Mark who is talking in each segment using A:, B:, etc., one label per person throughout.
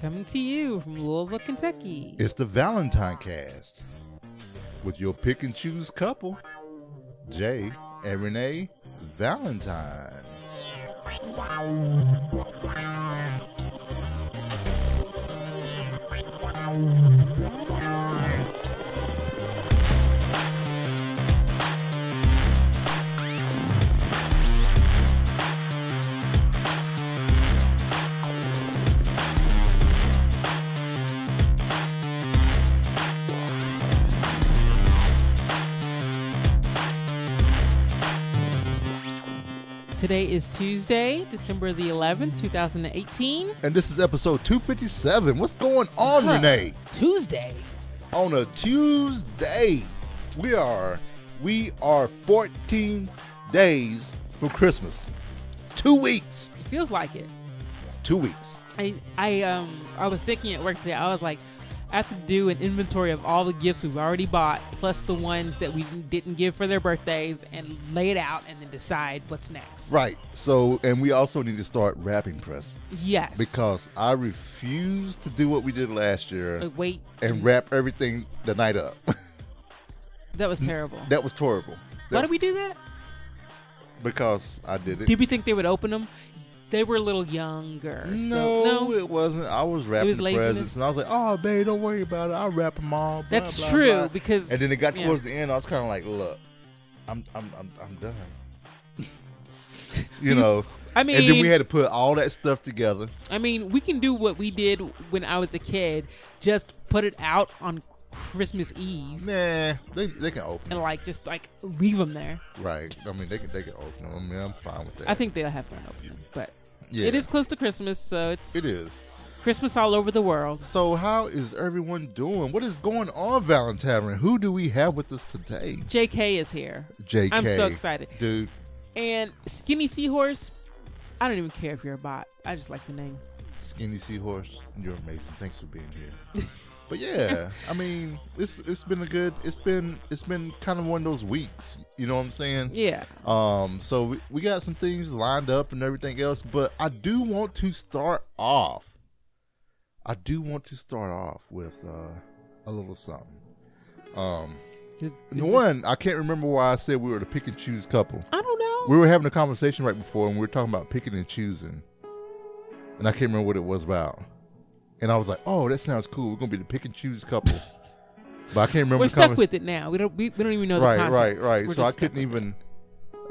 A: Coming to you from Louisville, Kentucky.
B: It's the Valentine Cast with your pick and choose couple, Jay and Renee Valentine.
A: Today is Tuesday, December the 11th, 2018.
B: And this is episode 257. What's going on,
A: Huh.
B: Renee?
A: Tuesday.
B: On a Tuesday, we are we are 14 days from Christmas. Two weeks.
A: It feels like it.
B: Two weeks.
A: I, I, um, I was thinking at work today, I was like, I have to do an inventory of all the gifts we've already bought, plus the ones that we didn't give for their birthdays, and lay it out and then decide what's next.
B: Right. So, and we also need to start wrapping press
A: Yes.
B: because I refuse to do what we did last year
A: Like, wait,
B: and wrap everything the night up.
A: that was terrible.
B: that was horrible.
A: Why
B: That-
A: did we do that?
B: Because I did it.
A: Did we think they would open them? They were a little younger. so-
B: no,
A: no.
B: it wasn't. I was wrapping
A: was
B: the
A: laziness.
B: presents, and I was like, "Oh, babe, don't worry about it. I'll wrap them all." blah,
A: That's
B: blah,
A: true
B: blah."
A: because
B: And then it got
A: yeah.
B: towards the end. I was kind of like, "Look, I'm, I'm, I'm, I'm done." you
A: You-
B: know.
A: I mean,
B: and then we had to put all that stuff together.
A: I mean, we can do what we did when I was a kid. Just put it out on Christmas Eve
B: Nah, they they can open.
A: and like just like leave them there.
B: Right. I mean, they can they can open them. I mean, I'm fine with that.
A: I think they'll have one open, but
B: Yeah.
A: it is close to Christmas, so it's
B: It is.
A: Christmas all over the world.
B: So, how is everyone doing? What is going on, Valentine? Who do we have with us today?
A: JK is here,
B: JK.
A: I'm so excited.
B: Dude,
A: and Skinny Seahorse. I don't even care if you're a bot. I just like the name.
B: Skinny Seahorse, you're amazing. Thanks for being here. but yeah, I mean, it's it's been a good it's been it's been kind of one of those weeks. You know what I'm saying?
A: Yeah.
B: Um, so we, we got some things lined up and everything else, but I do want to start off. I do want to start off with uh, a little something. Um,
A: This- this is-
B: one, I can't remember why I said we were the pick and choose couple.
A: I don't know.
B: We were having a conversation right before, and we were talking about picking and choosing, and I can't remember what it was about. And I was like, "Oh, that sounds cool. We're gonna be the pick and choose couple," but I can't remember.
A: We're
B: the
A: stuck
B: conver-
A: with it now. We don't. We, we don't even know
B: right,
A: the
B: right,
A: context.
B: right.
A: We're
B: So I
A: just stuck
B: couldn't
A: with it.
B: even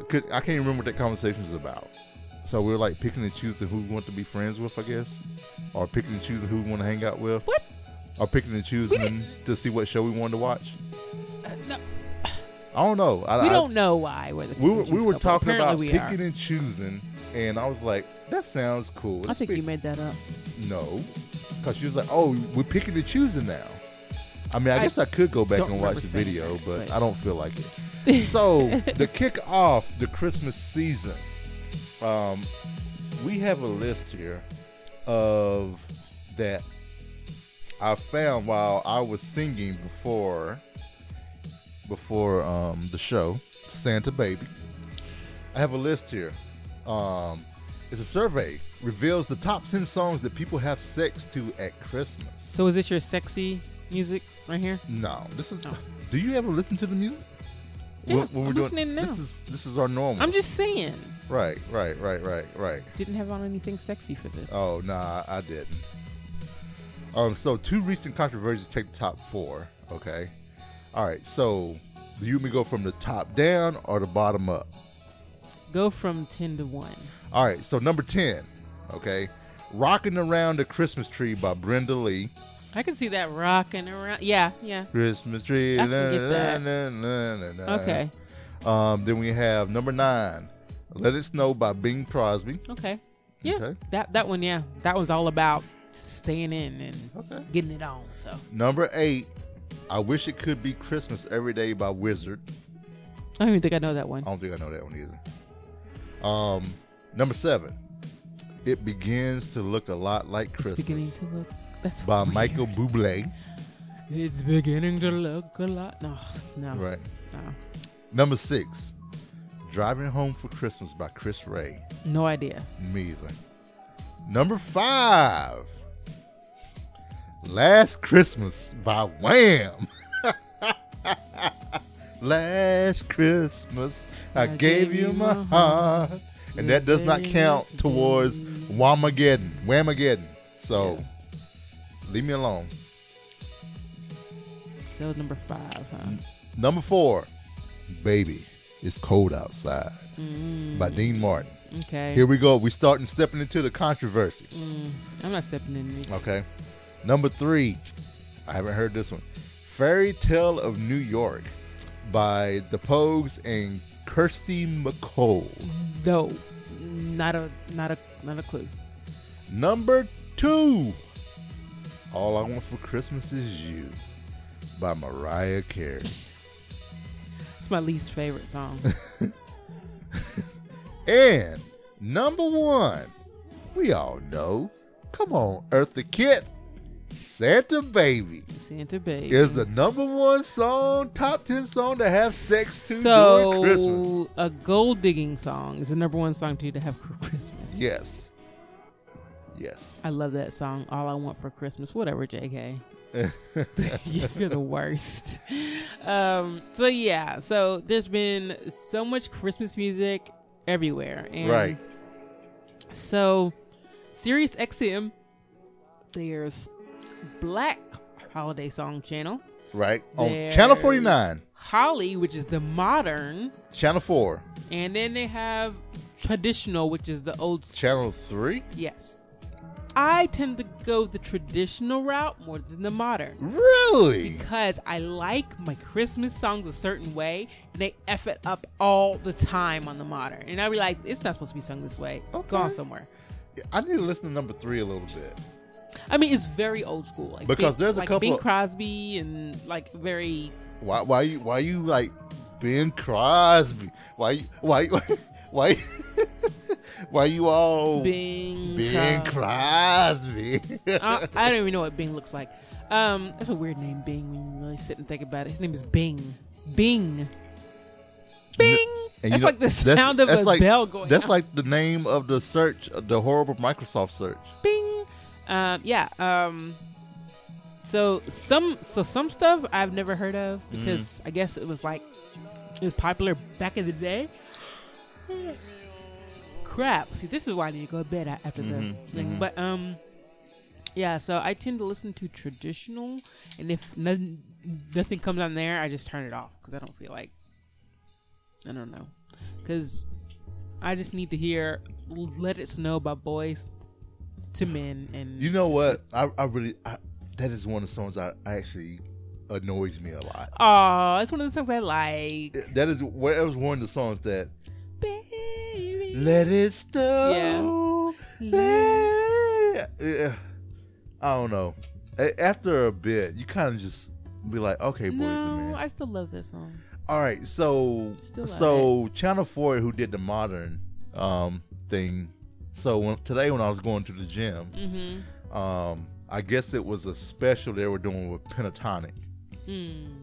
B: could I can't remember what that conversation was about. So we were like picking and choosing who we want to be friends with, I guess, or picking and choosing who we want to hang out with,
A: What?
B: or picking and choosing to see what show we wanted to watch.
A: Uh, no,
B: I don't know. I,
A: we
B: I-
A: don't know why we're the.
B: We were,
A: confused
B: we were
A: couple.
B: talking
A: Apparently
B: about
A: we are.
B: picking and choosing, and I was like, "That sounds cool."
A: I
B: Let's
A: think
B: pick-
A: you made that up.
B: no, because she was like, "Oh, we're picking and choosing now." I mean, I,
A: I
B: guess I could go back
A: don't
B: and watch the
A: remember saying
B: video,
A: that,
B: but,
A: but-
B: I don't feel like it. so to kick off the Christmas season, um, we have a list here of that I found while I was singing before before um, the show, Santa Baby. I have a list here. Um, it's a survey reveals the top ten songs that people have sex to at Christmas.
A: So is this your sexy music right here?
B: No, this is.
A: Oh.
B: Do you ever listen to the music?
A: Yeah, I'm listening now.
B: This is this is our normal.
A: I'm just saying.
B: right, right, right, right, right.
A: Didn't have on anything sexy for this.
B: Oh nah, I didn't. Um, so two recent controversies take the top four. Okay, all right. So do you want me to go from the top down or the bottom up?
A: Go from ten to one.
B: All right. So number ten. Okay, rocking around the Christmas tree by Brenda Lee.
A: I can see that rocking around. Yeah, yeah.
B: Christmas tree.
A: I can get that.
B: Uh,
A: Okay,
B: Um, then we have number nine, "Let It Snow" by Bing Crosby.
A: okay. Yeah,
B: Okay.
A: that that one. Yeah, that one's all about staying in and
B: Okay.
A: getting it on. So
B: Number eight, "I Wish It Could Be Christmas Every Day" by Wizard.
A: I don't even think I know that one.
B: I don't think I know that one either. Um, number seven, "It Begins to Look a Lot Like
A: it's
B: Christmas"
A: beginning to look. That's
B: by
A: weird.
B: Michael Bublé.
A: It's beginning to look a lot. No, no,
B: Right.
A: no.
B: Number six, "Driving Home for Christmas" by Chris Ray.
A: No idea.
B: Me either. Number five, Last Christmas by Wham. Last Christmas, I, gave, you my heart. And that does not
A: Gave
B: count
A: you-
B: towards Whamageddon. Whamageddon. So, leave me alone.
A: So that was number five, huh?
B: Mm. Number four, Baby, It's Cold Outside by Dean Martin.
A: Okay.
B: Here we go. We starting stepping into the controversy.
A: I'm not stepping in. any-
B: Okay. Number three, I haven't heard this one. Fairy Tale of New York by the Pogues and Kirsty McCole.
A: No, not a not a not a clue.
B: Number two, All I Want for Christmas Is You by Mariah Carey.
A: It's my least favorite song.
B: And number one, we all know. Come on, Eartha Kitt, Santa Baby.
A: Santa Baby
B: is the number one song, top ten song to have sex to
A: so
B: during Christmas.
A: a gold digging song is the number one song to you to have for Christmas.
B: Yes. Yes.
A: I love that song. All I want for Christmas, whatever, JK. You're the worst. Um, so yeah, so there's been so much Christmas music everywhere, and
B: right.
A: So, Sirius XM, there's Black Holiday Song Channel,
B: Right. On
A: there's
B: Channel 49,
A: Holly, which is the modern,
B: Channel 4,
A: and then they have traditional, which is the old.
B: Channel 3.
A: Yes, I tend to go the traditional route more than the modern
B: Really?
A: because I like my Christmas songs a certain way, and they f it up all the time on the modern. And I be like, it's not supposed to be sung this way.
B: Okay.
A: Go on somewhere.
B: I need to listen to number 3 a little bit.
A: I mean, it's very old school. Like
B: Because
A: Bing-
B: there's a
A: like
B: couple
A: Bing
B: of-
A: Crosby and like very.
B: Why why you why you like Ben Crosby? Why you- why why why, why you all
A: Bing.
B: Ben
A: Cros-
B: Crosby?
A: I, I don't even know what Bing looks like. Um, that's a weird name, Bing. When you really sit and think about it, his name is Bing. Bing. Bing.
B: And
A: that's
B: you know-
A: like the
B: that's-
A: sound of
B: that's
A: a
B: like-
A: bell going.
B: That's
A: off.
B: like the name of the search, the horrible Microsoft search.
A: Bing. Um, yeah. Um, so some so some stuff I've never heard of because I guess it was like it was popular back in the day. Crap. See, this is why I need to go to bed a- after
B: Mhm,
A: the thing.
B: mhm.
A: But um, yeah. So I tend to listen to traditional, and if nothing, nothing comes on there, I just turn it off because I don't feel like I don't know because I just need to hear "Let It Snow" by Boys to Men, and
B: You know what? I, I really I, that is one of the songs I I actually annoys me a lot.
A: Oh, it's one of the songs I like.
B: That is well, that was one of the songs that
A: Baby,
B: let it snow. let it- I don't know. A- After a bit, you kind of just be like, okay, boys
A: no,
B: and men.
A: I still love that song.
B: All right, so
A: Still love
B: so Channel Four, who did the modern um thing. So when, today, when I was going to the gym,
A: Mm-hmm.
B: um, I guess it was a special they were doing with Pentatonic,
A: Mm.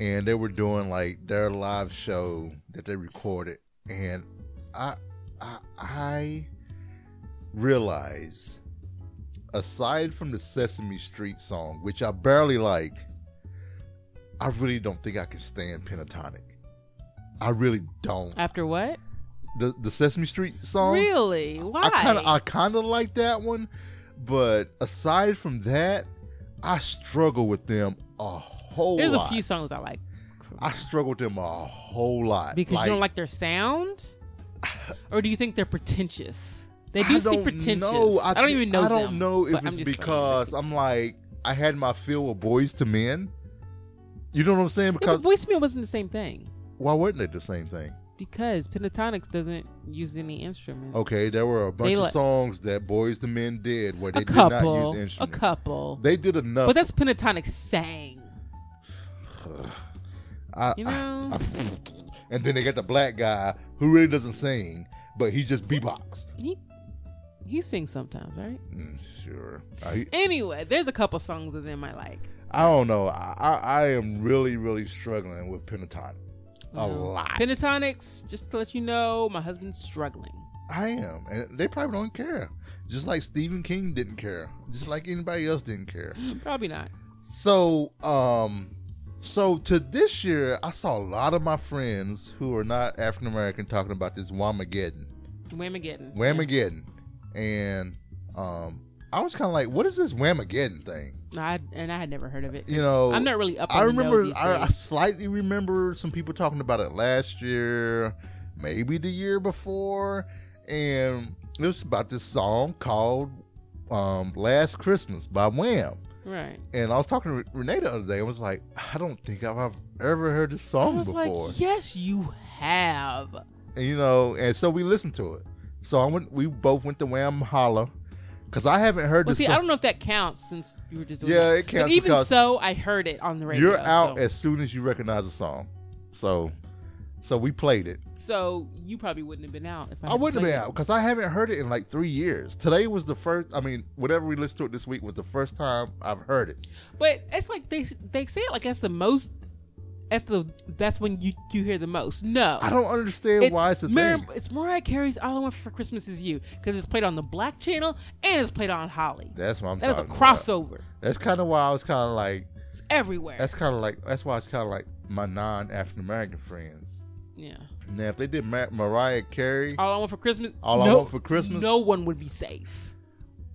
B: and they were doing like their live show that they recorded, and I I, I realized aside from the Sesame Street song, which I barely like, I really don't think I can stand Pentatonic. I really don't.
A: After what?
B: The the Sesame Street song.
A: really? Why?
B: I kind of I kind of like that one, but aside from that, I struggle with them a whole
A: There's a
B: lot.
A: few songs I like
B: I struggle with them a whole lot
A: because you don't like their sound, or do you think they're pretentious? They do
B: I
A: seem
B: don't
A: pretentious.
B: know.
A: I, don't
B: thi-
A: even know.
B: I don't
A: them,
B: know if
A: but I'm
B: it's
A: just saying,
B: because
A: they seem-
B: I'm like I had my feel with boys to men. You know what I'm saying?
A: Yeah, but
B: Because
A: voicemail wasn't the same thing
B: why weren't they the same thing?
A: because pentatonics doesn't use any instruments.
B: Okay, there were a bunch of
A: like-
B: songs that boys to men did where they
A: a
B: did
A: couple,
B: not use
A: a
B: instruments.
A: couple.
B: They did enough.
A: but that's pentatonic thing.
B: I,
A: You know?
B: and then they got the black guy who really doesn't sing, but he just bebox.
A: He he sings sometimes, right?
B: Mm, sure. I,
A: Anyway, there's a couple songs of them I like.
B: I don't know. I, I, I am really, really struggling with Pentatonic. A
A: You know?
B: lot.
A: Pentatonics, just to let you know, my husband's struggling.
B: I am, and they probably don't care. Just like Stephen King didn't care. Just like anybody else didn't care.
A: Probably not.
B: So, um, so to this year, I saw a lot of my friends who are not African American talking about this Wamageddon,
A: Whamageddon.
B: Whamageddon, and um, I was kind of like, what is this Whamageddon thing?
A: I and I had never heard of it.
B: You know,
A: I'm not really up. On
B: I
A: the
B: remember.
A: know these
B: I, I
A: days.
B: slightly remember some people talking about it last year, maybe the year before, and it was about this song called um, "Last Christmas" by Wham.
A: right.
B: And I was talking to Renee the other day. I was like, I don't think I've I've ever heard this
A: I
B: song
A: was
B: before.
A: like, yes, you have.
B: And, you know, and so we listened to it. So I went. We both went to Wham Holla because I haven't heard
A: Well,
B: this.
A: see,
B: song.
A: I don't know if that counts since you were just doing
B: Yeah,
A: that.
B: it counts
A: But even
B: because-
A: so, I heard it on the radio.
B: You're out
A: So,
B: as soon as you recognize a song. So, so we played it.
A: so you probably wouldn't have been out. If I,
B: I
A: hadn't
B: wouldn't have
A: played
B: been out because I haven't heard it in like three years. Today was the first. I mean, whatever we listened to it this week was the first time I've heard it.
A: it. But it's like they they say it like that's the most. That's the that's when you you hear the most. No,
B: I don't understand why it's a
A: Mar-
B: thing.
A: It's Mariah Carey's "All I Want for Christmas Is You" because it's played on the Black Channel and it's played on Holly.
B: That's what I'm
A: That is a
B: talking about.
A: crossover.
B: That's kind of why I was kind of like.
A: It's everywhere.
B: That's kind of like. That's why it's kind of like my non-African American friends.
A: yeah.
B: Now, if they did Ma- Mariah Carey,
A: All I want for Christmas.
B: All I
A: no-
B: Want for Christmas?
A: No one would be safe.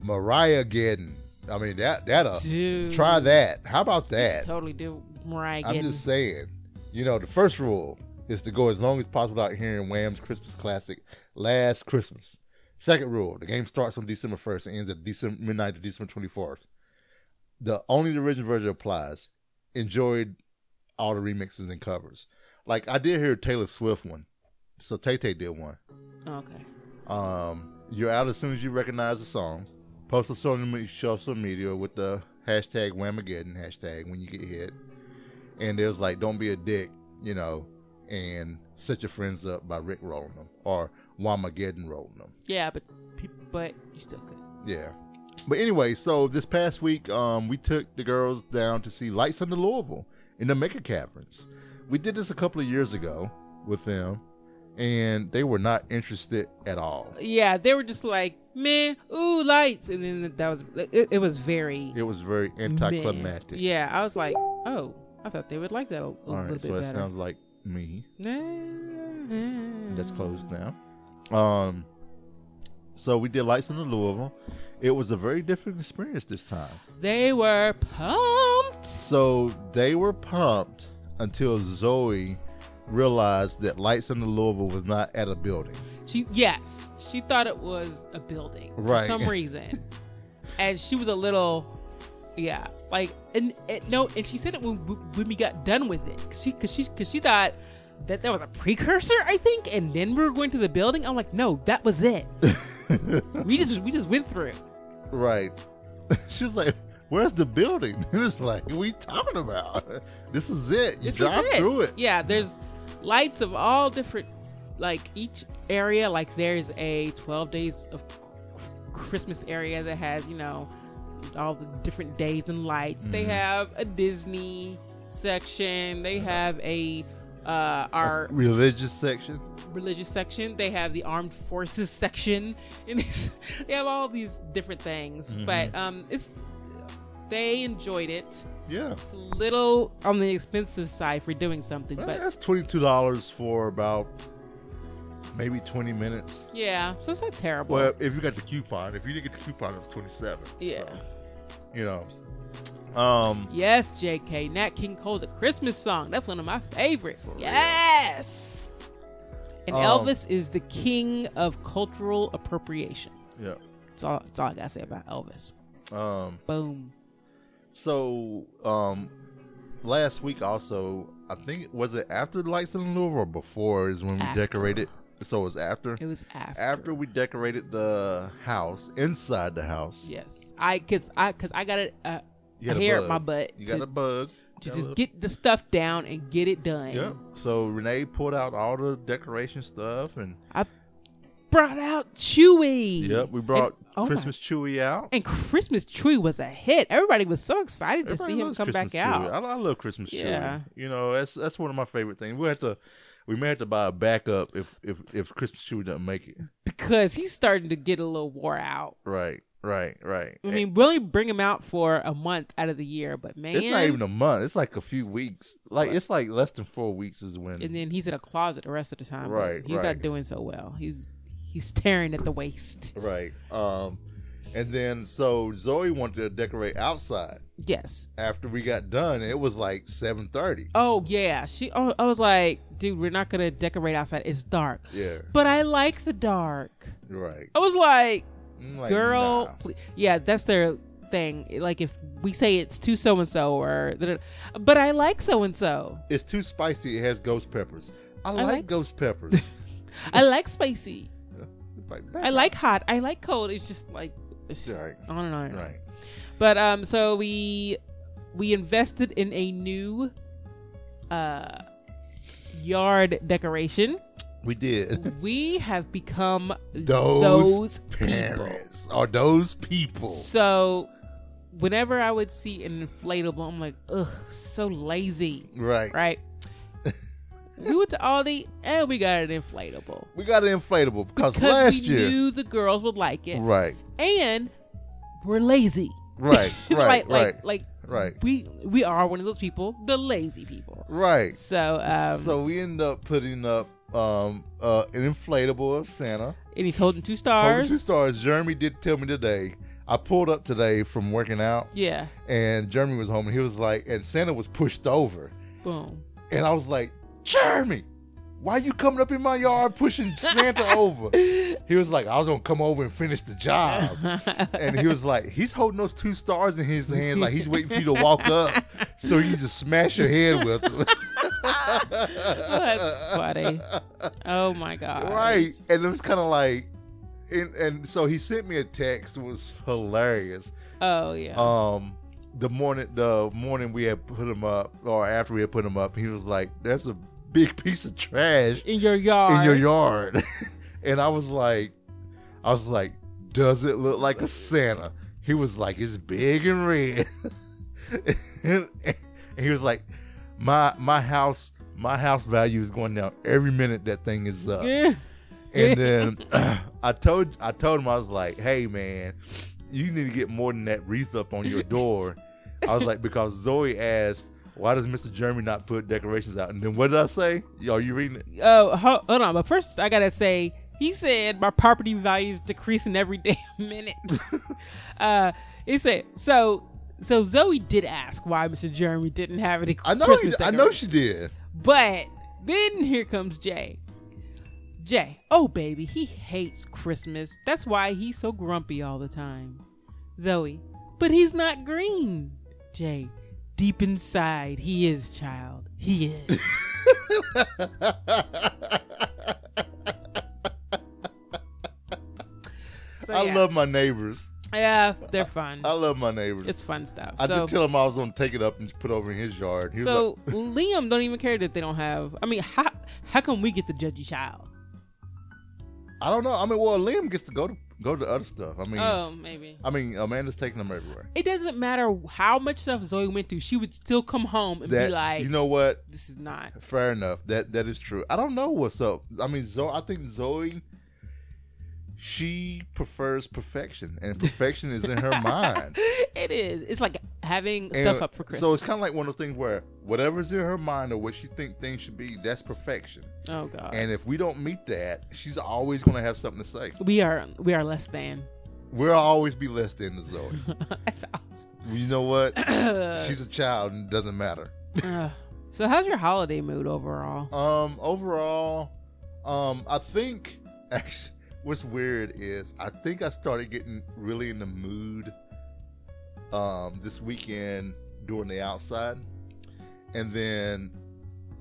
B: Mariah Geddon. I mean that that uh,
A: Dude.
B: try that. How about that?
A: Totally do Mariah
B: I'm
A: Getting.
B: just saying, you know, the first rule is to go as long as possible without hearing Wham's Christmas classic last Christmas. Second rule, the game starts on December 1st and ends at December midnight to December 24th. The only the original version applies. Enjoyed all the remixes and covers. Like I did hear Taylor Swift one. So Tay Tay did one.
A: okay.
B: Um, you're out as soon as you recognize the song. Post on social media, social media with the hashtag Whamageddon hashtag when you get hit. And there's like, don't be a dick, you know, and set your friends up by Rick rolling them or Whamageddon rolling them.
A: Yeah, but pe- but you still could.
B: Yeah. But anyway, so this past week, um, we took the girls down to see Lights Under Louisville in the Mecca Caverns. We did this a couple of years ago with them, and they were not interested at all.
A: Yeah, they were just like man, ooh lights, and then that was it. it was very
B: It was very
A: meh.
B: anticlimactic.
A: Yeah, I was like, oh, I thought they would like that a, a
B: All
A: little
B: right,
A: bit
B: so that
A: better.
B: sounds like me. That's
A: That's
B: closed
A: Mm.
B: now. Um, so we did lights in the Louisville. It was a very different experience this time.
A: They were pumped.
B: So they were pumped until Zoe realized that lights in the Louisville was not at a building.
A: She yes, she thought it was a building
B: Right.
A: for some reason, and she was a little, yeah, like and, and no, and she said it when when we got done with it. 'Cause She because she because she thought that there was a precursor, I think, and then we were going to the building. I'm like, no, that was it. we just we just went through. it.
B: Right. she was like, "Where's the building?" it was like, "What are you talking about? This is it. You
A: This was
B: drive through it."
A: Yeah, there's lights of all different, like each area. Like there's a 12 days of Christmas area that has, you know, all the different days and lights.
B: Mm-hmm.
A: They have a Disney section. They
B: Uh-huh.
A: have a uh, our
B: Religious section.
A: religious section. They have the armed forces section, and it's- they have all these different things.
B: Mm-hmm.
A: But um, it's they enjoyed it.
B: Yeah.
A: It's a little on the expensive side for doing something,
B: Well,
A: but
B: that's twenty two dollars for about maybe twenty minutes.
A: Yeah, so it's not terrible.
B: Well, if you got the coupon, if you didn't get the coupon, it was twenty seven.
A: yeah.
B: You know. Um.
A: Yes, JK. Nat King Cole, the Christmas song. That's one of my favorites. Yes. And
B: Um,
A: Elvis is the king of cultural appropriation.
B: Yeah.
A: That's all, that's all I got to say about Elvis.
B: Um.
A: Boom.
B: So, um, last week also, I think was it after lights in the Louvre or before is when we
A: After.
B: decorated. So it was after.
A: It was after.
B: after we decorated the house inside the house.
A: Yes. I, cause I, cause I got it, uh,
B: You got a
A: hair
B: bug.
A: up my butt
B: You
A: to,
B: got a bug.
A: to
B: Got a
A: just
B: little-
A: get the stuff down and get it done.
B: Yep. So Renee pulled out all the decoration stuff and
A: I brought out Chewy.
B: Yep, we
A: And-
B: brought
A: oh my
B: Christmas Chewy out.
A: And Christmas Tree was a hit. Everybody was so excited to
B: Everybody
A: see him
B: loves
A: come
B: Christmas
A: back out.
B: Chewy. I, I love Christmas
A: Yeah.
B: Chewy. You know, that's that's one of my favorite things. We have to we may have to buy a backup if if if Christmas Chewy doesn't make it.
A: because he's starting to get a little wore out.
B: Right, right, right.
A: I mean, we only bring him out for a month out of the year, but man,
B: it's not even a month. It's like a few weeks. Like it's like less than four weeks is when.
A: and then he's in a closet the rest of the time.
B: Right,
A: he's
B: right.
A: not doing so well. He's he's tearing at the waist.
B: right. Um, and then so Zoe wanted to decorate outside
A: Yes.
B: after we got done. and It was like seven thirty.
A: Oh yeah. She. I I was like, dude, we're not gonna decorate outside. It's dark.
B: Yeah.
A: But I like the dark.
B: Right.
A: I was like,
B: I'm like,
A: girl,
B: nah.
A: ple- yeah, that's their thing. Like if we say it's to so and so or, but I like so and so.
B: It's too spicy. It has ghost peppers. I, like,
A: like-
B: ghost peppers.
A: I like spicy.
B: Like,
A: I like hot. I like cold. It's just like it's just
B: Right.
A: on and on. And on.
B: Right.
A: But um, so we we invested in a new uh yard decoration.
B: We did.
A: we have become
B: Those
A: those, people.
B: Parents are those people.
A: So whenever I would see an inflatable, I'm like, ugh, so lazy,
B: Right.
A: right? we went to Aldi and we got an inflatable
B: We got an inflatable because
A: because
B: last
A: we
B: year.
A: knew the girls would like it,
B: Right.
A: and we're lazy.
B: Right.
A: like,
B: Right. right.
A: like, like,
B: Right.
A: We we are one of those people, the lazy people.
B: Right.
A: So, um,
B: so we end up putting up um uh an inflatable of Santa.
A: and he's holding two
B: Over
A: stars.
B: two stars. Jeremy did tell me today. I pulled up today from working out,
A: Yeah,
B: and Jeremy was home, and he was like, and Santa was pushed over,
A: boom.
B: and I was like, Jeremy, why you coming up in my yard pushing Santa over? He was like, I was gonna come over and finish the job.
A: Oh,
B: and he was like, he's holding those two stars in his hand, like he's waiting for you to walk up so you can just smash your head with them.
A: That's funny. Oh my god!
B: right. And it was kind of like, and, and so he sent me a text. It was hilarious.
A: Oh yeah.
B: Um, the morning, the morning we had put him up, or after we had put him up, he was like, "That's a big piece of trash
A: in your yard.
B: in your yard," and I was like, "I was like, does it look like a Santa?" He was like, "It's big and red," and, and he was like, "My my house." My house value is going down every minute that thing is up.
A: Yeah.
B: And then I told I told him I was like, "Hey man, you need to get more than that wreath up on your door." I was like, because Zoe asked, "Why does Mister Jeremy not put decorations out?" And then what did I say? Are you reading it?
A: Oh, ho- hold on. But first, I gotta say, he said my property value is decreasing every damn minute. uh, he said so. So Zoe did ask why Mr. Jeremy didn't have any
B: I know,
A: Christmas
B: I know
A: decorations.
B: she did.
A: But then here comes Jay. Jay, oh baby, he hates Christmas. That's why he's so grumpy all the time. Zoe, but he's not green. Jay, deep inside, he is, child. He is. So,
B: I
A: yeah.
B: love my neighbors.
A: Yeah, they're fun.
B: I love my neighbors.
A: it's fun stuff.
B: I
A: so,
B: did tell him I was gonna take it up and just put it over in his yard. He was
A: so Liam don't even care that they don't have. I mean, how how come we get the judgy child?
B: like, I don't know. I mean, well, Liam gets to go to go to other stuff. I mean,
A: Oh, maybe.
B: I mean, Amanda's taking them everywhere.
A: It doesn't matter how much stuff Zoe went through. She would still come home and
B: That
A: be like,
B: you know what?
A: "This is not."
B: Fair enough. That that is true. I don't know what's up. I mean, Zoe. I think Zoe. She prefers perfection, and perfection is in her mind.
A: It is. It's like having
B: And
A: stuff up for Christmas.
B: So it's kind of like one of those things where whatever's in her mind or what she think things should be, that's perfection.
A: oh god.
B: And if we don't meet that, she's always going to have something to say.
A: we are we are less than.
B: We'll always be less than the Zoe.
A: That's awesome.
B: You know what?
A: Uh,
B: she's a child, and it doesn't matter.
A: Ugh. so how's your holiday mood overall?
B: Um, overall, um, I think actually, what's weird is I think I started getting really in the mood, um, this weekend doing the outside, and then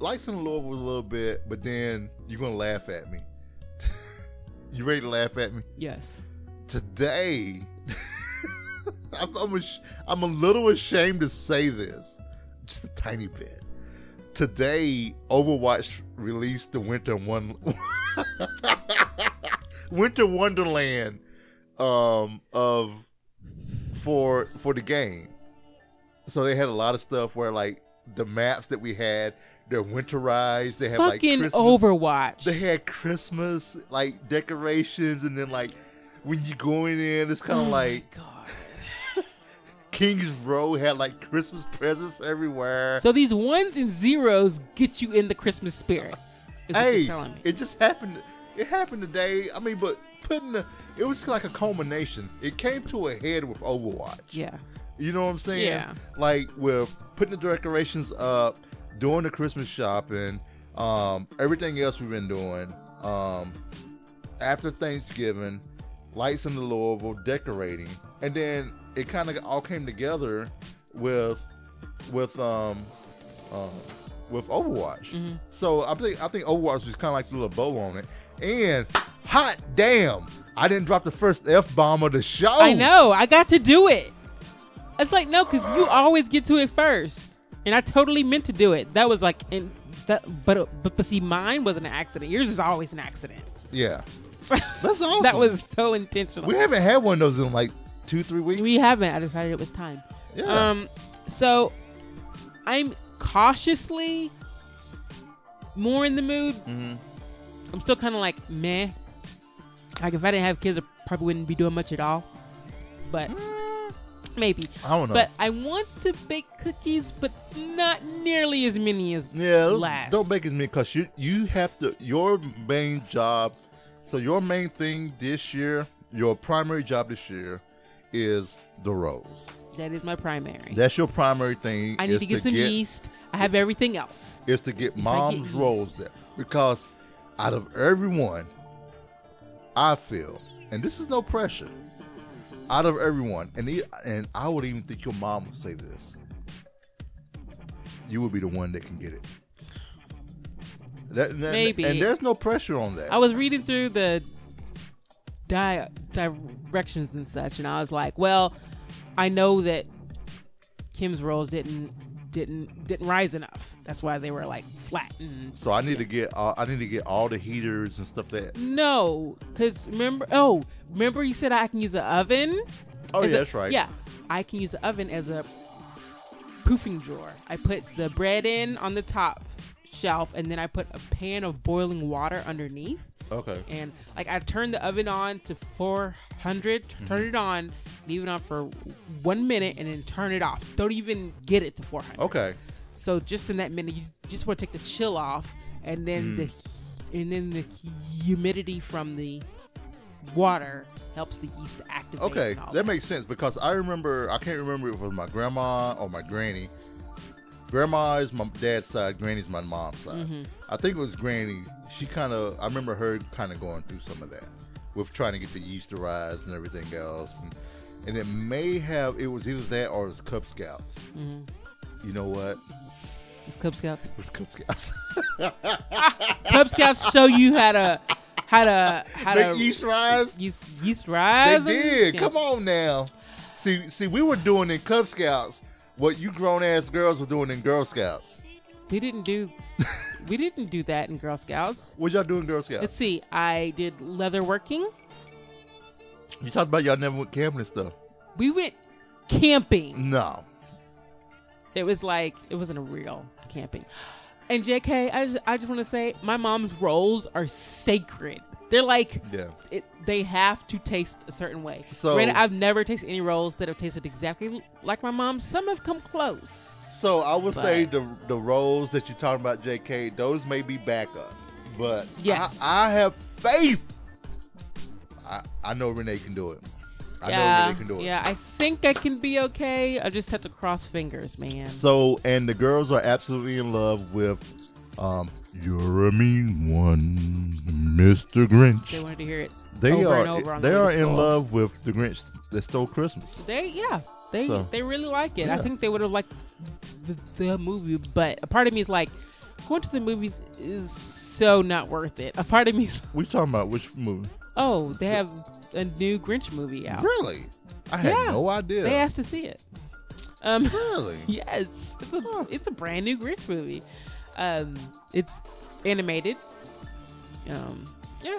B: likes and love was a little bit, but then you're gonna laugh at me. you ready to laugh at me
A: Yes.
B: today? I'm, I'm, ash- I'm a little ashamed to say this, just a tiny bit. Today, Overwatch released the Winter One Winter Wonderland um, of for for the game. So they had a lot of stuff where like the maps that we had. They're winterized. They have like
A: Fucking
B: Christmas.
A: Overwatch.
B: They had Christmas like decorations, and then like when you going in, it's kind of like
A: Oh God.
B: Kings Row had like Christmas presents everywhere.
A: So these ones and zeros get you in the Christmas spirit. Is what you're
B: hey,
A: telling me.
B: it just happened. It happened today. I mean, but putting the, it was like a culmination. It came to a head with Overwatch.
A: yeah.
B: You know what I'm saying?
A: Yeah.
B: Like we're putting the decorations up, doing the Christmas shopping, um, everything else we've been doing. Um, after Thanksgiving, lights in the Louisville, decorating, and then it kind of all came together with with um, uh, with Overwatch.
A: Mm-hmm.
B: So I think I think Overwatch was kind of like the little bow on it, and hot damn. I didn't drop the first F bomb of the show.
A: I know. I got to do it. It's like no, because you always get to it first, and I totally meant to do it. That was like, and that, but but, but see, mine was an accident. Yours is always an accident.
B: Yeah.
A: So
B: That's awesome.
A: that was so intentional.
B: We haven't had one of those in like two, three weeks.
A: We haven't. I decided it was time.
B: Yeah.
A: Um, so I'm cautiously more in the mood.
B: Mhm.
A: I'm still kind of like meh. Like if I didn't have kids, I probably wouldn't be doing much at all. But maybe.
B: I don't know.
A: But I want to bake cookies, but not nearly as many as
B: yeah, don't-
A: last.
B: don't make as many because you you have to your main job. So your main thing this year, your primary job this year, is the rolls.
A: that is my primary.
B: That's your primary thing.
A: I need
B: is
A: to get some yeast. I have everything else.
B: Is to get
A: get
B: mom's
A: yeast.
B: rolls there because out of everyone, I feel, and this is no pressure. Out of everyone, and e and I would even think your mom would say this. you will be the one that can get it. That, that-
A: Maybe.
B: And there's no pressure on that.
A: I was reading through the di- directions and such, and I was like, well, I know that Kim's rolls didn't didn't didn't rise enough. That's why they were like flat and
B: so I need to get all, I need to get all the heaters and stuff that.
A: No, because remember, oh, remember you said I can use an oven.
B: Oh,
A: As
B: yeah,
A: a-
B: that's right.
A: Yeah, I can use the oven as a poofing drawer. I put the bread in on the top shelf, and then I put a pan of boiling water underneath.
B: Okay.
A: And like I turn the oven on to 400,
B: Mm-hmm.
A: turn it on, leave it on for one minute, and then turn it off. Don't even get it to 400.
B: Okay.
A: So just in that minute, you just want to take the chill off, and
B: Mm.
A: then the and then the humidity from the water helps the yeast to activate.
B: Okay,
A: and all
B: that makes sense because I remember I can't remember if it was my grandma or my granny. Grandma is my dad's side, granny's my mom's side. I think it was granny. She kind of I remember her kind of going through some of that with trying to get the yeast to rise and everything else, and, and it may have it was either that or it was Cub Scouts. You know what?
A: Just Cub Scouts.
B: It was Cub Scouts.
A: Cub Scouts show you how to how to how
B: Make
A: to
B: yeast rise.
A: yeast yeast
B: They
A: rise. and-
B: did.
A: yeah.
B: Come on now. See, see, we were doing in Cub Scouts what you grown ass girls were doing in Girl Scouts.
A: We didn't do we didn't do that in Girl Scouts.
B: What y'all doing, Girl Scouts?
A: Let's see. I did leather working.
B: you talked about y'all never went camping and stuff.
A: We went camping.
B: No.
A: It was like it wasn't a real camping. And JK, I just, I just want to say my mom's rolls are sacred. They're like
B: Yeah.
A: it, they have to taste a certain way.
B: So-
A: Granted, I've never tasted any rolls that have tasted exactly like my mom's. Some have come close.
B: So I would say
A: But-
B: the the roles that you're talking about, JK, those may be backup. But
A: Yes.
B: I, I have faith. I, I know Renee can do it. I know Renee can do it.
A: yeah. I think I can be okay. I just have to cross fingers, man.
B: So and the girls are absolutely in love with um You're a mean one, Mr. Grinch.
A: They wanted to hear it.
B: They
A: over
B: are
A: and over on the
B: they
A: way to
B: are in
A: school.
B: love with the Grinch that stole Christmas.
A: They yeah. They
B: So-
A: they really like it. I
B: Yeah.
A: think they would have liked the, the movie, but a part of me is like, going to the movies is so not worth it. A part of me is
B: We talking about which movie?
A: oh, they have a new Grinch movie out.
B: Really? I had
A: Yeah.
B: no idea.
A: They asked to see it. Um,
B: really?
A: yes, it's a, it's a brand new Grinch movie. Um, it's animated. Um, yeah,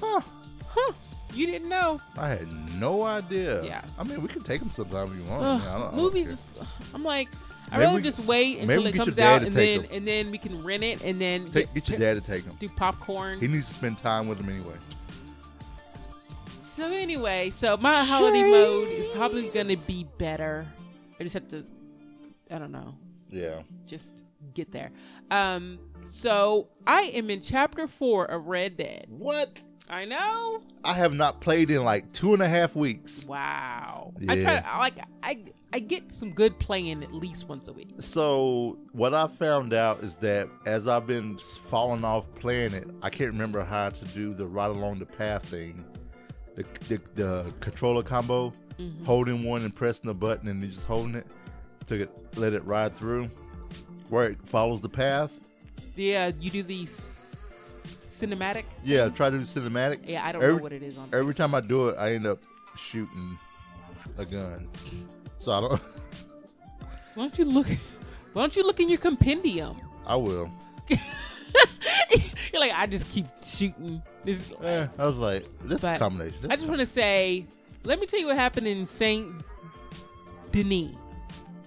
B: Huh.
A: huh? You didn't know?
B: I had no idea.
A: Yeah.
B: I mean, we can take them sometime if you want. I mean,
A: Ugh,
B: I don't- I don't
A: movies,
B: care.
A: is- I'm like, I
B: Maybe
A: rather
B: we-
A: just wait
B: maybe
A: until
B: we
A: it
B: get your
A: comes
B: dad
A: out,
B: to
A: and
B: take
A: then
B: 'em.
A: and then we can rent it, and then
B: Take, get your dad to take him.
A: do popcorn.
B: He needs to spend time with him anyway.
A: So anyway, so my holiday mode is probably gonna be better. I just have to, I don't know,
B: Yeah.
A: just get there. Um, so I am in chapter four of Red Dead.
B: What?
A: I know.
B: I have not played in like two and a half weeks.
A: Wow. I try
B: Yeah.
A: to I like I I get some good playing at least once a week.
B: So what I found out is that as I've been falling off playing it, I can't remember how to do the right along the path thing, the the, the controller combo,
A: Mm-hmm.
B: holding one and pressing the button and then just holding it to get, let it ride through, where it follows the path.
A: Yeah, you do the s- cinematic.
B: Yeah, try to do cinematic.
A: Yeah, I don't
B: Every-
A: know what it is on.
B: Every time I do it, I end up shooting a gun. So I don't.
A: Why don't you look? Why don't you look in your compendium?
B: I will.
A: You're like I just keep shooting. This
B: Eh, I was like, this is a
A: But
B: combination.
A: I just want to say, let me tell you what happened in Saint Denis.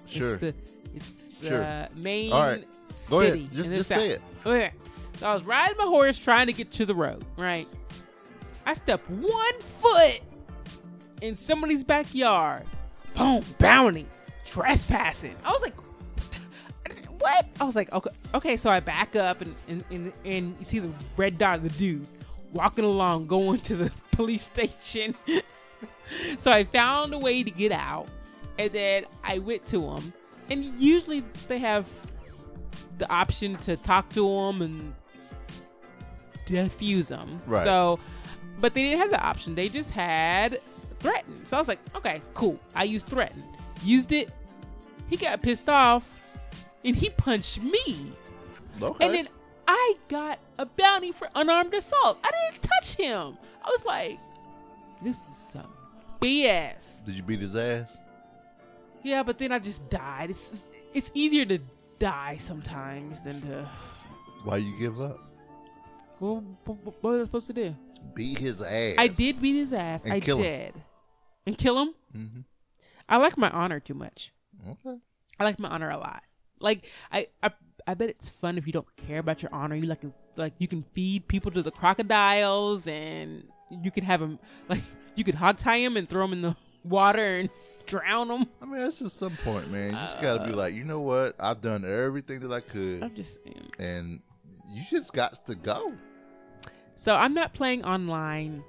B: sure.
A: It's the, it's the
B: Sure.
A: main
B: All right.
A: city.
B: Go ahead. Just-
A: in the
B: just
A: south.
B: say it.
A: Okay. So I was riding my horse trying to get to the road, right? I stepped one foot in somebody's backyard. Boom, bounty, trespassing. I was like, what? I was like, okay, okay. So I back up and and, and, and you see the red dot, the dude walking along, going to the police station. so I found a way to get out, and then I went to him. And usually they have the option to talk to them and defuse them.
B: Right.
A: So, but they didn't have the option. They just had threaten. So I was like, okay, cool. I used threaten. Used it. He got pissed off, and he punched me.
B: Okay.
A: And then I got a bounty for unarmed assault. I didn't touch him. I was like, this is some BS.
B: Did you beat his ass?
A: Yeah, but then I just died. It's it's, it's easier to die sometimes than to.
B: Why you give up?
A: Well, what, what was I supposed to do?
B: Beat his ass.
A: I did beat his ass.
B: And
A: I
B: kill him.
A: did. And kill him?
B: Mhm.
A: I like my honor too much.
B: Okay.
A: I like my honor a lot. Like I, I, I bet it's fun if you don't care about your honor. You like, like you can feed people to the crocodiles, and you can have them like you could hog tie them and throw them in the water and drown them.
B: I mean, that's just some point, man. You just gotta
A: Uh,
B: be like, you know what? I've done everything that I could,
A: I'm just saying.
B: and you just got to go.
A: so I'm not playing online.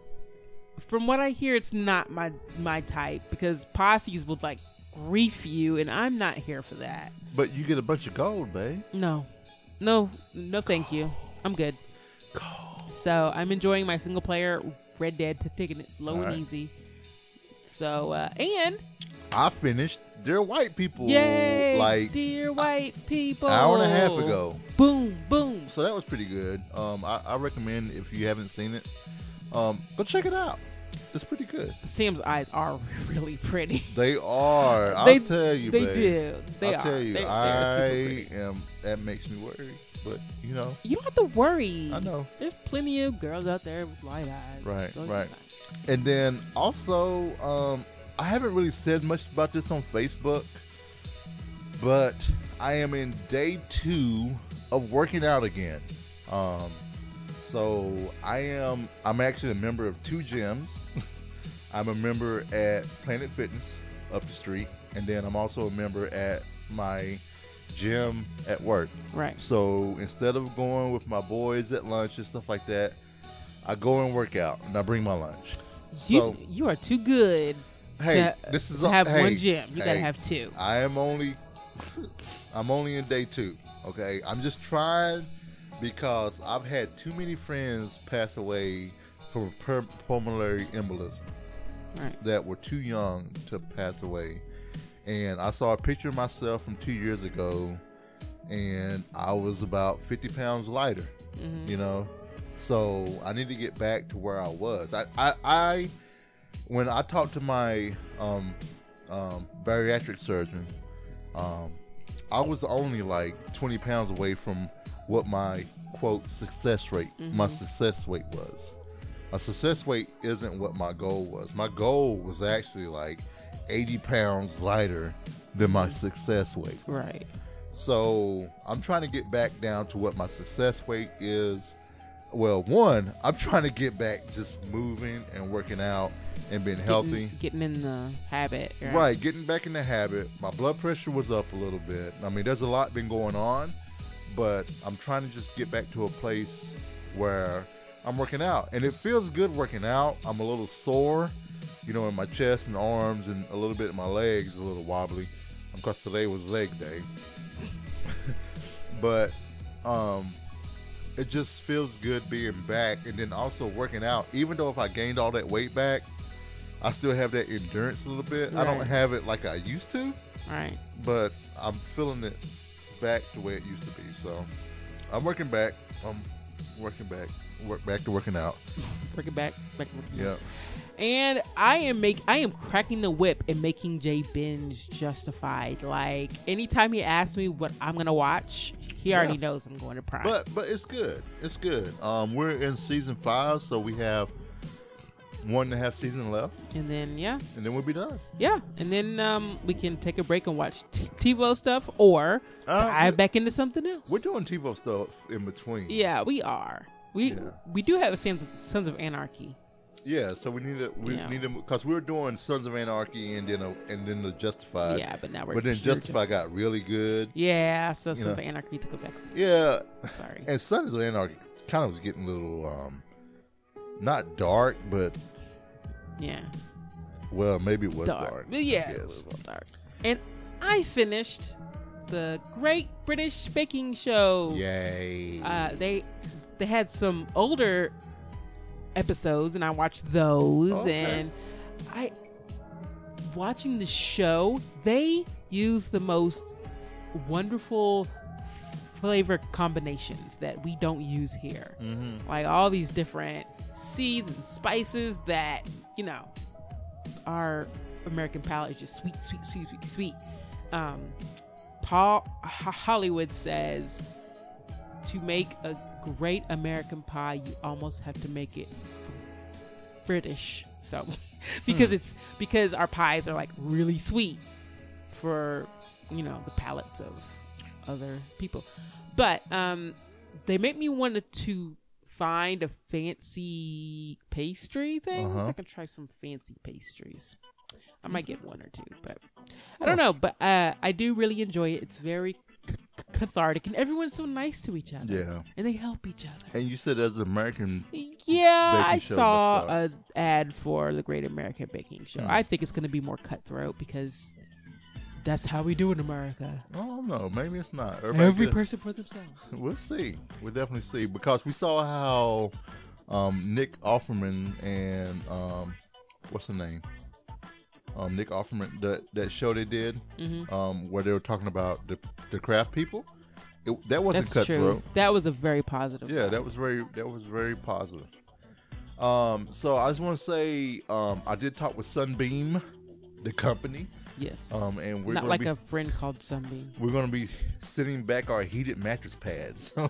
A: From what I hear, it's not my my type because posses would like grief you, and I'm not here for that.
B: But you get a bunch of gold, babe.
A: No, no, no, thank you. I'm good. So I'm enjoying my single player Red Dead, t- taking it slow
B: Alright.
A: and easy. So uh, and
B: I finished. They're white people.
A: yay,
B: Like
A: dear white people,
B: hour and a half ago.
A: Boom, boom.
B: so that was pretty good. Um, I, I recommend if you haven't seen it, um, go check it out. It's pretty good.
A: Sam's eyes are really pretty.
B: They are. I'll
A: They-
B: tell you,
A: they
B: babe.
A: do. They
B: I'll
A: are.
B: tell you,
A: They, they are super
B: I
A: pretty.
B: am. That makes me worry, but you know,
A: You don't have to worry.
B: I know.
A: There's plenty of girls out there with light eyes.
B: Right,
A: Don't-
B: right. And then also, um, I haven't really said much about this on Facebook, but I am in day two of working out again. Um, so I am. I'm actually a member of two gyms. I'm a member at Planet Fitness up the street, and then I'm also a member at my gym at work.
A: Right.
B: So instead of going with my boys at lunch and stuff like that, I go and work out and I bring my lunch.
A: You
B: So-
A: you are too good.
B: Hey,
A: to,
B: this is
A: to
B: a-
A: have
B: hey,
A: one gym. You gotta
B: hey,
A: have two.
B: I am only I'm only in day two. Okay. I'm just trying because I've had too many friends pass away from a per- pulmonary embolism
A: Right.
B: that were too young to pass away. And I saw a picture of myself from two years ago and I was about fifty pounds lighter.
A: Mm-hmm.
B: You know? So I need to get back to where I was. I, I, I when I talked to my um, um, bariatric surgeon, um, I was only like 20 pounds away from what my quote success rate, my success weight was. My success weight isn't what my goal was. My goal was actually like 80 pounds lighter than my success weight.
A: Right.
B: So I'm trying to get back down to what my success weight is. Well, one, I'm trying to get back just moving and working out and being healthy.
A: Mm-hmm. Getting, getting in the habit. Right.
B: Right, getting back in the habit. My blood pressure was up a little bit. I mean, there's a lot been going on, but I'm trying to just get back to a place where I'm working out. And it feels good working out. I'm a little sore, you know, in my chest and arms and a little bit in my legs, a little wobbly. Because today was leg day. but um it just feels good being back and then also working out. Even though if I gained all that weight back, I still have that endurance a little bit. I don't
A: Right.
B: have it like I used to,
A: Right.
B: but I'm feeling it back the way it used to be. So I'm working back. I'm working back. Work back to working out.
A: Work it back. Back. Work it back.
B: Yeah.
A: And I am make I am cracking the whip and making Jay binge justified. Like anytime he asks me what I'm gonna watch, he
B: Yeah.
A: already knows I'm going to Prime.
B: But but it's good. It's good. Um, we're in season five, so we have one and a half season left,
A: and then yeah,
B: and then we'll be done.
A: yeah, and then um, we can take a break and watch T- TiVo stuff or
B: Uh,
A: dive
B: we-
A: back into something else.
B: We're doing TiVo stuff in between.
A: yeah, we are. We
B: Yeah.
A: we do have a sense of, Sons of Anarchy.
B: Yeah. So we need to we
A: Yeah.
B: need to because we were doing Sons of Anarchy and then a, and then the Justified.
A: yeah, but now we're
B: Uh, But then
A: pure
B: Justified got really good.
A: Yeah, so Sons
B: know.
A: of Anarchy took a backseat.
B: Yeah.
A: Sorry.
B: And Sons of Anarchy kind of was getting a little um, not dark, but
A: yeah.
B: well, maybe it was dark.
A: dark. But yeah,
B: I
A: it
B: guess.
A: was dark. And I finished the Great British Baking Show.
B: Yay.
A: Uh, they they had some older episodes, and I watched those.
B: Okay.
A: And I watching the show, they use the most wonderful flavor combinations that we don't use here
B: mm-hmm.
A: like all these different seeds and spices that you know our American palate is just sweet, sweet, sweet, sweet, sweet. Um, Paul H- Hollywood says to make a great American pie, you almost have to make it British. So because it's because our pies are like really sweet for you know the palates of other people. But um, they make me want to find a fancy pastry thing so
B: Uh-huh.
A: I can try some fancy pastries. I might get one or two, but I don't know. But uh, I do really enjoy it. It's very c- c- cathartic, and everyone's so nice to each other.
B: Yeah.
A: and they help each other.
B: And you said as an American,
A: Yeah,
B: Baking
A: I
B: show,
A: saw
B: that's
A: a ad for the Great American Baking Show.
B: Hmm.
A: I think it's going to be more cutthroat because that's how we do in America.
B: I don't know, maybe it's not.
A: Every
B: just-
A: person for themselves.
B: We'll see. We'll definitely see because we saw how um, Nick Offerman and um, what's her name, um, Nick Offerman that that show they did
A: Mm-hmm.
B: um, where they were talking about the, the craft people. It, that wasn't
A: That's
B: cutthroat.
A: true. That was a very positive.
B: Yeah,
A: vibe.
B: that was very that was very positive. Um, so I just want to say um, I did talk with Sunbeam, the company,
A: yes.
B: um, and we're
A: Not
B: gonna
A: like
B: be,
A: a friend called Sunbeam.
B: we're gonna be sending back our heated mattress pads.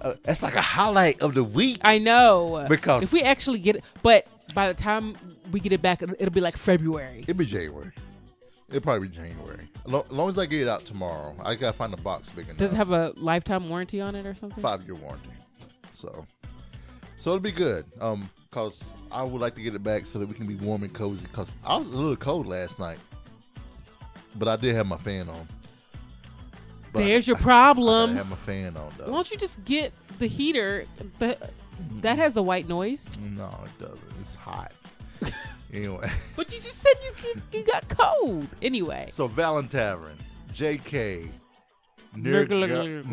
B: Uh, that's like a highlight of the week.
A: I know
B: Because-
A: if we actually get it, but by the time we get it back, it'll, it'll be like February.
B: It'll be January. It'll probably be January. Lo- As long as I get it out tomorrow, I gotta find a box big enough.
A: Does it have a lifetime warranty on it or something?
B: five year warranty. So, so it'll be good. Um, cause I would like to get it back so that we can be warm and cozy. Cause I was a little cold last night, but I did have my fan on. But
A: There's your
B: I
A: problem.
B: gotta have my Mm-hmm. fan on though.
A: Why don't you just get the heater? But that has a white noise.
B: No, it doesn't. It's hot. anyway,
A: But you just said you you, you got cold anyway.
B: so Valentavern, J.K.
A: Nergalagrin.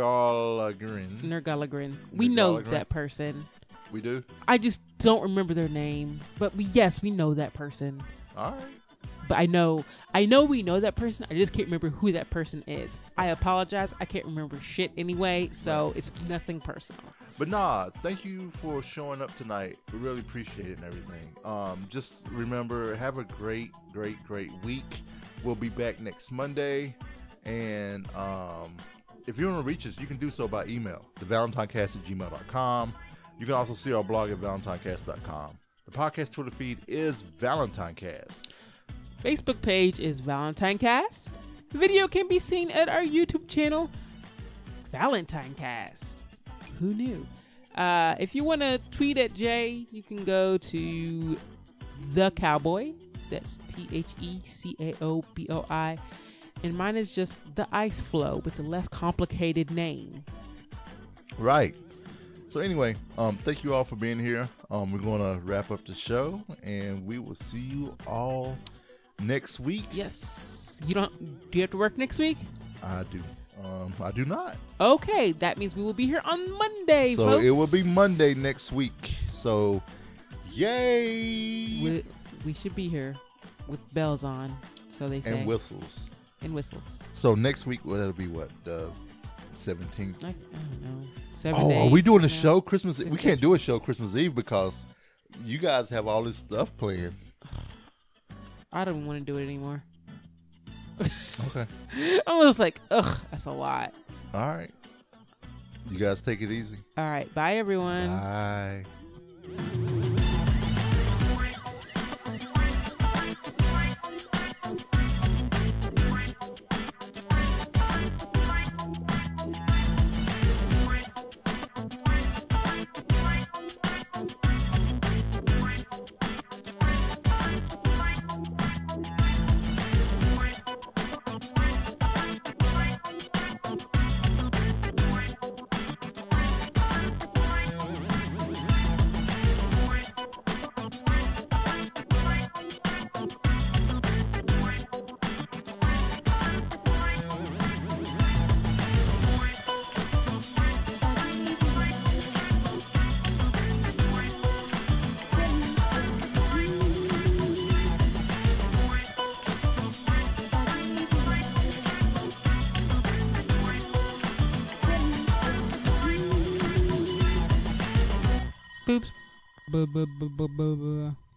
B: Nergalagrin.
A: Nergalagrin. We
B: Nergalagrin.
A: know that person.
B: We do.
A: I just don't remember their name. But we, yes, we know that person.
B: All right.
A: but I know I know we know that person. I just can't remember who that person is. I apologize. I can't remember shit anyway, so it's nothing personal.
B: But nah, thank you for showing up tonight. We really appreciate it and everything. Um, just remember, have a great, great, great week. We'll be back next Monday. And um, if you want to reach us, you can do so by email, thevalentinecast at gmail.com. You can also see our blog at valentinecast.com. The podcast Twitter feed is valentinecast.
A: Facebook page is Valentine Cast. The video can be seen at our YouTube channel, Valentine Cast. Who knew? Uh, if you want to tweet at Jay, you can go to the Cowboy. That's T H E C A O B O I. And mine is just the Ice Flow with a less complicated name.
B: Right. So anyway, um, thank you all for being here. Um, we're going to wrap up the show, and we will see you all next week.
A: Yes. You don't. Do you have to work next week?
B: I do. Um, I do not.
A: Okay, that means we will be here on Monday.
B: so
A: folks.
B: it will be Monday next week. So, yay!
A: We, we should be here with bells on, so they say,
B: and whistles.
A: and whistles.
B: So next week, well, that'll be what the seventeenth.
A: I, I don't know. Seven
B: Oh, are
A: days
B: we doing a
A: from now.
B: show Christmas? We
A: Six
B: can't do a show Christmas Eve because you guys have all this stuff planned.
A: I don't want to do it anymore.
B: Okay.
A: I'm just like, ugh, that's a lot.
B: All right. You guys take it easy.
A: All right, bye everyone.
B: Bye.
A: Boobs. Bu- bu- bu- bu- bu- bu.